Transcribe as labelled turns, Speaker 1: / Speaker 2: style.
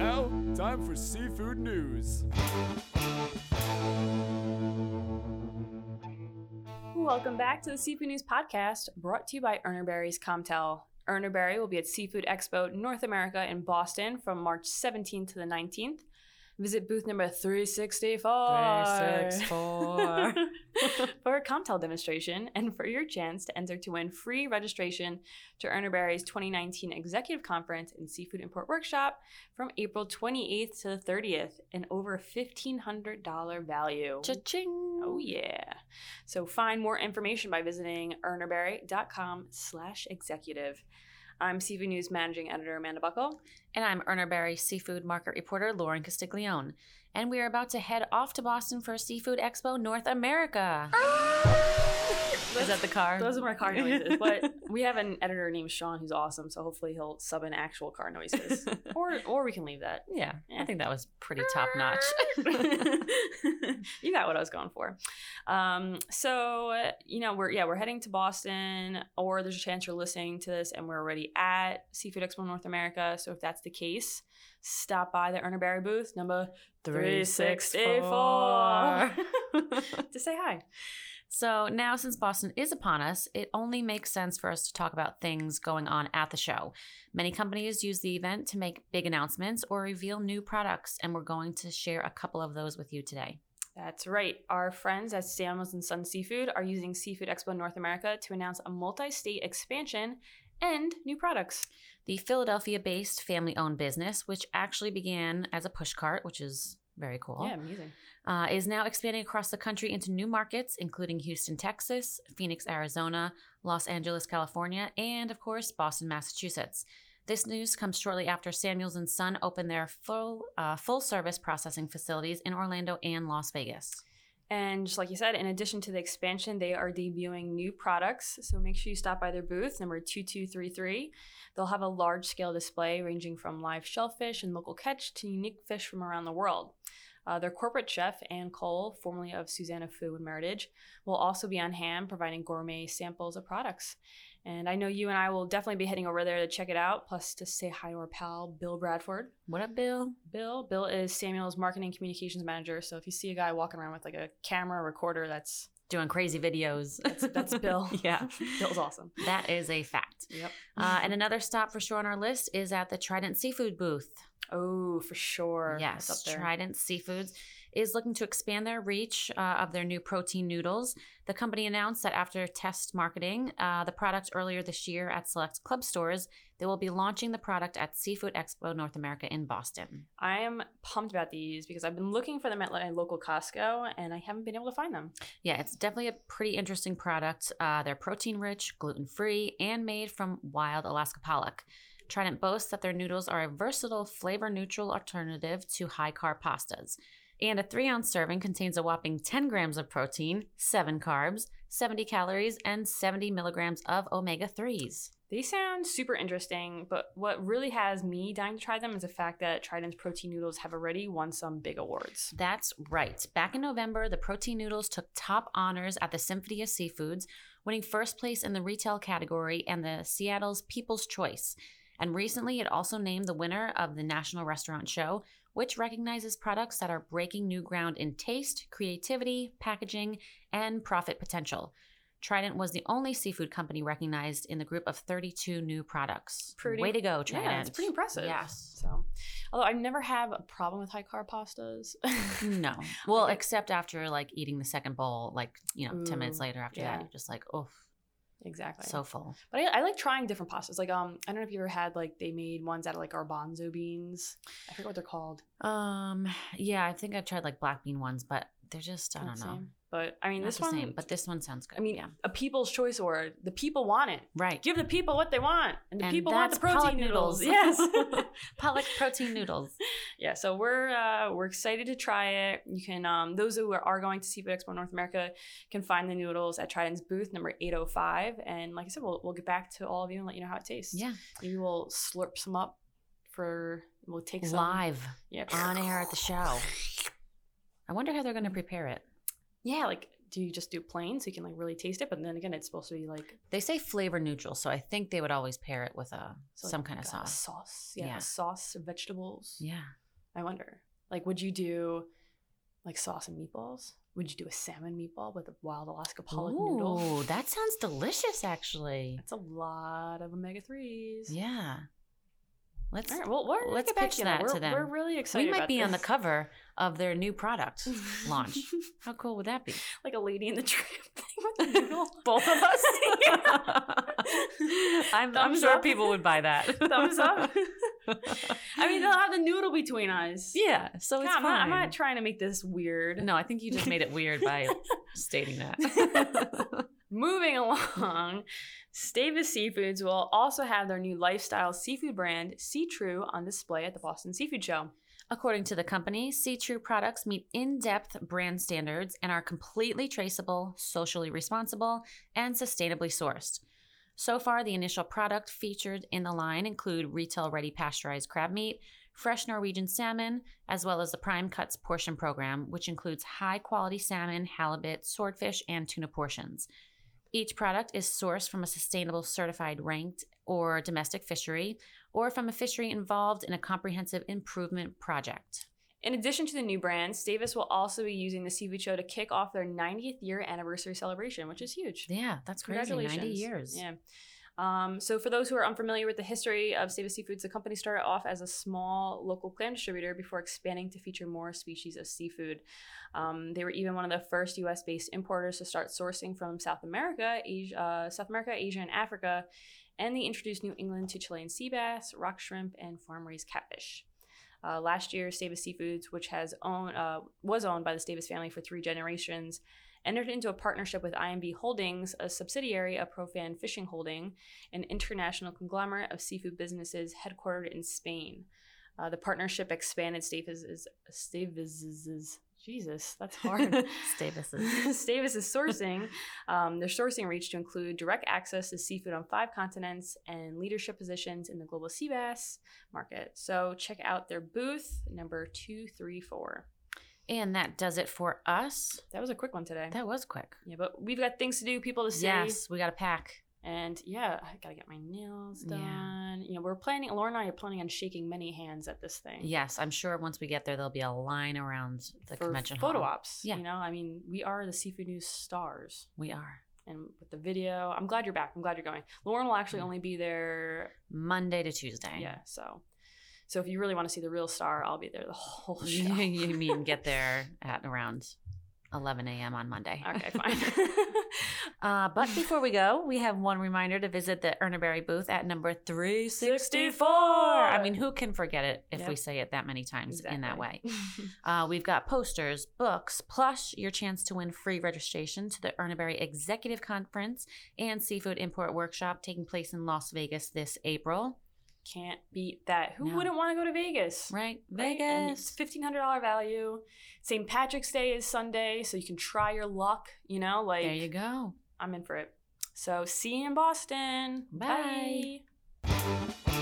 Speaker 1: Time for seafood news.
Speaker 2: Welcome back to the Seafood News Podcast, brought to you by Ernerberry's Comtel. Ernerberry will be at Seafood Expo North America in Boston from March 17th to the 19th. Visit booth number 364
Speaker 3: four.
Speaker 2: for a Comtel demonstration and for your chance to enter to win free registration to Ernerberry's 2019 Executive Conference and Seafood Import Workshop from April 28th to the 30th, an over $1,500 value.
Speaker 3: Cha-ching.
Speaker 2: Oh yeah. So find more information by visiting ernerberry.com slash executive. I'm CV News Managing Editor Amanda Buckle.
Speaker 3: And I'm Ernerberry Seafood Market Reporter Lauren Castiglione. And we are about to head off to Boston for Seafood Expo North America. Is that the car?
Speaker 2: Ah! Those are my car noises. But we have an editor named Sean who's awesome, so hopefully he'll sub in actual car noises. or or we can leave that.
Speaker 3: yeah,
Speaker 2: Eh.
Speaker 3: I think that was pretty top notch.
Speaker 2: you got what I was going for. Um, so uh, you know we're yeah we're heading to Boston, or there's a chance you're listening to this and we're already at Seafood Expo North America. So if that's the case, stop by the Erna Berry booth number three sixty four to say hi.
Speaker 3: So now, since Boston is upon us, it only makes sense for us to talk about things going on at the show. Many companies use the event to make big announcements or reveal new products, and we're going to share a couple of those with you today.
Speaker 2: That's right. Our friends at Samuels and Sun Seafood are using Seafood Expo North America to announce a multi-state expansion and new products.
Speaker 3: The Philadelphia based family owned business, which actually began as a push cart, which is very cool.
Speaker 2: Yeah, amazing.
Speaker 3: uh, is now expanding across the country into new markets, including Houston, Texas, Phoenix, Arizona, Los Angeles, California, and of course, Boston, Massachusetts. This news comes shortly after Samuels and Son opened their full uh, full service processing facilities in Orlando and Las Vegas.
Speaker 2: And just like you said, in addition to the expansion, they are debuting new products. So make sure you stop by their booth, number 2233. They'll have a large scale display ranging from live shellfish and local catch to unique fish from around the world. Uh, their corporate chef, Ann Cole, formerly of Susanna Fu and Meritage, will also be on hand providing gourmet samples of products. And I know you and I will definitely be heading over there to check it out, plus to say hi to our pal, Bill Bradford.
Speaker 3: What up, Bill?
Speaker 2: Bill. Bill is Samuel's marketing communications manager. So if you see a guy walking around with like a camera recorder, that's
Speaker 3: Doing crazy videos.
Speaker 2: that's, that's Bill.
Speaker 3: yeah,
Speaker 2: Bill's awesome.
Speaker 3: that is a fact.
Speaker 2: Yep.
Speaker 3: Uh,
Speaker 2: Mm-hmm.
Speaker 3: and another stop for sure on our list is at the Trident Seafood booth.
Speaker 2: oh, for sure.
Speaker 3: Yes,
Speaker 2: That's up there.
Speaker 3: Trident Seafoods is looking to expand their reach uh, of their new protein noodles. The company announced that after test marketing uh, the product earlier this year at select club stores, they will be launching the product at Seafood Expo North America in Boston.
Speaker 2: I am pumped about these because I've been looking for them at my local Costco and I haven't been able to find them.
Speaker 3: Yeah, it's definitely a pretty interesting product. Uh, they're protein rich, gluten free, and made from wild Alaska pollock. Trident boasts that their noodles are a versatile, flavor neutral alternative to high carb pastas. And a three ounce serving contains a whopping 10 grams of protein, 7 carbs, 70 calories, and 70 milligrams of omega 3s.
Speaker 2: They sound super interesting, but what really has me dying to try them is the fact that Trident's protein noodles have already won some big awards.
Speaker 3: That's right. Back in November, the protein noodles took top honors at the Symphony of Seafoods, winning first place in the retail category and the Seattle's People's Choice. And recently, it also named the winner of the National Restaurant Show, which recognizes products that are breaking new ground in taste, creativity, packaging, and profit potential. Trident was the only seafood company recognized in the group of 32 new products.
Speaker 2: Pretty-
Speaker 3: Way to go,
Speaker 2: Yeah,
Speaker 3: Trident.
Speaker 2: it's pretty impressive.
Speaker 3: Yes.
Speaker 2: So, although I never have a problem with high carb pastas.
Speaker 3: No. Well,
Speaker 2: Like-
Speaker 3: except after like eating the second bowl, like, you know, 10 minutes
Speaker 2: Ooh,
Speaker 3: later after
Speaker 2: yeah.
Speaker 3: that, you're just like, oh,
Speaker 2: Exactly.
Speaker 3: so full.
Speaker 2: But I, I like trying different pastas. Like, um, I don't know if you ever had like they made ones out of like garbanzo beans. I forget what they're called.
Speaker 3: Um, yeah, I think I've tried like black bean ones, but they're just, I
Speaker 2: Not
Speaker 3: don't
Speaker 2: the
Speaker 3: know.
Speaker 2: same. But I mean,
Speaker 3: Not
Speaker 2: this
Speaker 3: the
Speaker 2: one,
Speaker 3: same, but this one sounds good.
Speaker 2: I mean,
Speaker 3: yeah.
Speaker 2: a people's choice award. The people want it.
Speaker 3: Right.
Speaker 2: Give the people what they want, and the
Speaker 3: And
Speaker 2: people want
Speaker 3: that's
Speaker 2: the protein
Speaker 3: pollock
Speaker 2: noodles.
Speaker 3: noodles.
Speaker 2: Yes.
Speaker 3: Pollock protein noodles.
Speaker 2: yeah. So we're uh, we're excited to try it. You can um, those who are, are going to Seafood Expo North America can find the noodles at Trident's booth number eight hundred five. And like I said, we'll we'll get back to all of you and let you know how it tastes.
Speaker 3: Yeah.
Speaker 2: Maybe we'll slurp some up for. We'll take some.
Speaker 3: Live
Speaker 2: Yeah.
Speaker 3: on air at the show. I wonder how they're going to prepare it.
Speaker 2: Yeah, like do you just do plain so you can like really taste it? But then again, it's supposed to be like
Speaker 3: They say flavor neutral, so I think they would always pair it with a
Speaker 2: so,
Speaker 3: some
Speaker 2: like,
Speaker 3: kind of
Speaker 2: uh,
Speaker 3: sauce.
Speaker 2: Sauce, yeah,
Speaker 3: Yeah.
Speaker 2: sauce, vegetables.
Speaker 3: Yeah.
Speaker 2: I wonder. Like, would you do like sauce and meatballs? Would you do a salmon meatball with a wild Alaska pollock noodle?
Speaker 3: Ooh, that sounds delicious, actually.
Speaker 2: That's a lot of omega threes.
Speaker 3: Yeah. Let's.
Speaker 2: All right. Well, we're,
Speaker 3: Let's
Speaker 2: let's get back
Speaker 3: pitch
Speaker 2: to that.
Speaker 3: that
Speaker 2: We're,
Speaker 3: to them.
Speaker 2: we're really excited.
Speaker 3: We might
Speaker 2: about
Speaker 3: be on the
Speaker 2: this.
Speaker 3: cover of their new product launch. How cool would that be?
Speaker 2: like a lady in the tramp thing with the noodle.
Speaker 3: Both of us. I'm, I'm
Speaker 2: Thumbs
Speaker 3: sure
Speaker 2: up.
Speaker 3: people would buy that.
Speaker 2: Thumbs up. I mean, they'll have the noodle between eyes.
Speaker 3: yeah. So
Speaker 2: God,
Speaker 3: it's
Speaker 2: I'm, not, I'm
Speaker 3: fine.
Speaker 2: not trying to make this weird.
Speaker 3: No, I think you just made it weird by stating that.
Speaker 2: Moving along, Stavis Seafoods will also have their new lifestyle seafood brand, Sea True, on display at the Boston Seafood Show.
Speaker 3: According to the company, Sea True products meet in depth brand standards and are completely traceable, socially responsible, and sustainably sourced. So far, the initial product featured in the line include retail ready pasteurized crab meat, fresh Norwegian salmon, as well as the Prime Cuts portion program, which includes high quality salmon, halibut, swordfish, and tuna portions. Each product is sourced from a sustainable certified ranked or domestic fishery or from a fishery involved in a comprehensive improvement project.
Speaker 2: In addition to the new brand, Stavis will also be using the seafood show to kick off their 90th year anniversary celebration, which is huge.
Speaker 3: Yeah, that's crazy. 90 years.
Speaker 2: Yeah. Um, so, for those who are unfamiliar with the history of Stavis Seafoods, the company started off as a small local clam distributor before expanding to feature more species of seafood. Um, they were even one of the first U.S. based importers to start sourcing from South America, Asia, uh, South America, Asia, and Africa, and they introduced New England to Chilean sea bass, rock shrimp, and farm raised catfish. Uh, last year, Stavis Seafoods, which has own, uh, was owned by the Stavis family for three generations, entered into a partnership with IMB Holdings, a subsidiary of Profan Fishing Holding, an international conglomerate of seafood businesses headquartered in Spain. Uh, the partnership expanded Stavis's, Stavis's, Jesus, that's hard.
Speaker 3: Stavis's.
Speaker 2: Stavis is sourcing. Um, their sourcing reach to include direct access to seafood on five continents and leadership positions in the global sea bass market. So check out their booth number two three four.
Speaker 3: And that does it for us.
Speaker 2: That was a quick one today.
Speaker 3: That was quick.
Speaker 2: yeah, but we've got things to do, people to see,
Speaker 3: Yes, we got a pack.
Speaker 2: and yeah, I gotta get my nails
Speaker 3: Yeah.
Speaker 2: done. You know, we're planning. Lauren and I are planning on shaking many hands at this thing.
Speaker 3: Yes, I'm sure once we get there, there'll be a line around the
Speaker 2: for
Speaker 3: convention
Speaker 2: photo
Speaker 3: hall.
Speaker 2: ops.
Speaker 3: Yeah.
Speaker 2: you know, I mean, we are the seafood news stars.
Speaker 3: We are
Speaker 2: and with the video. I'm glad you're back. I'm glad you're going. Lauren will actually
Speaker 3: Mhm.
Speaker 2: only be there.
Speaker 3: Monday to Tuesday.
Speaker 2: Yeah, so so if you really want to see the real star, I'll be there the whole show.
Speaker 3: you mean get there at around 11 a.m. on Monday.
Speaker 2: okay, fine.
Speaker 3: Uh, but before we go, we have one reminder to visit the Ernaberry booth at number 364. I mean, who can forget it if we
Speaker 2: Yep.
Speaker 3: say it that many times in that way?
Speaker 2: Exactly.
Speaker 3: Uh, we've got posters, books, plus your chance to win free registration to the Ernaberry Executive Conference and Seafood Import Workshop taking place in Las Vegas this April.
Speaker 2: Can't beat that. Who
Speaker 3: No.
Speaker 2: wouldn't want to go to Vegas?
Speaker 3: Right?
Speaker 2: Right? And it's fifteen hundred dollar value. St. Patrick's Day is Sunday, so you can try your luck. You know, like
Speaker 3: There you go.
Speaker 2: I'm in for it. So see you in Boston.
Speaker 3: Bye.
Speaker 2: Bye.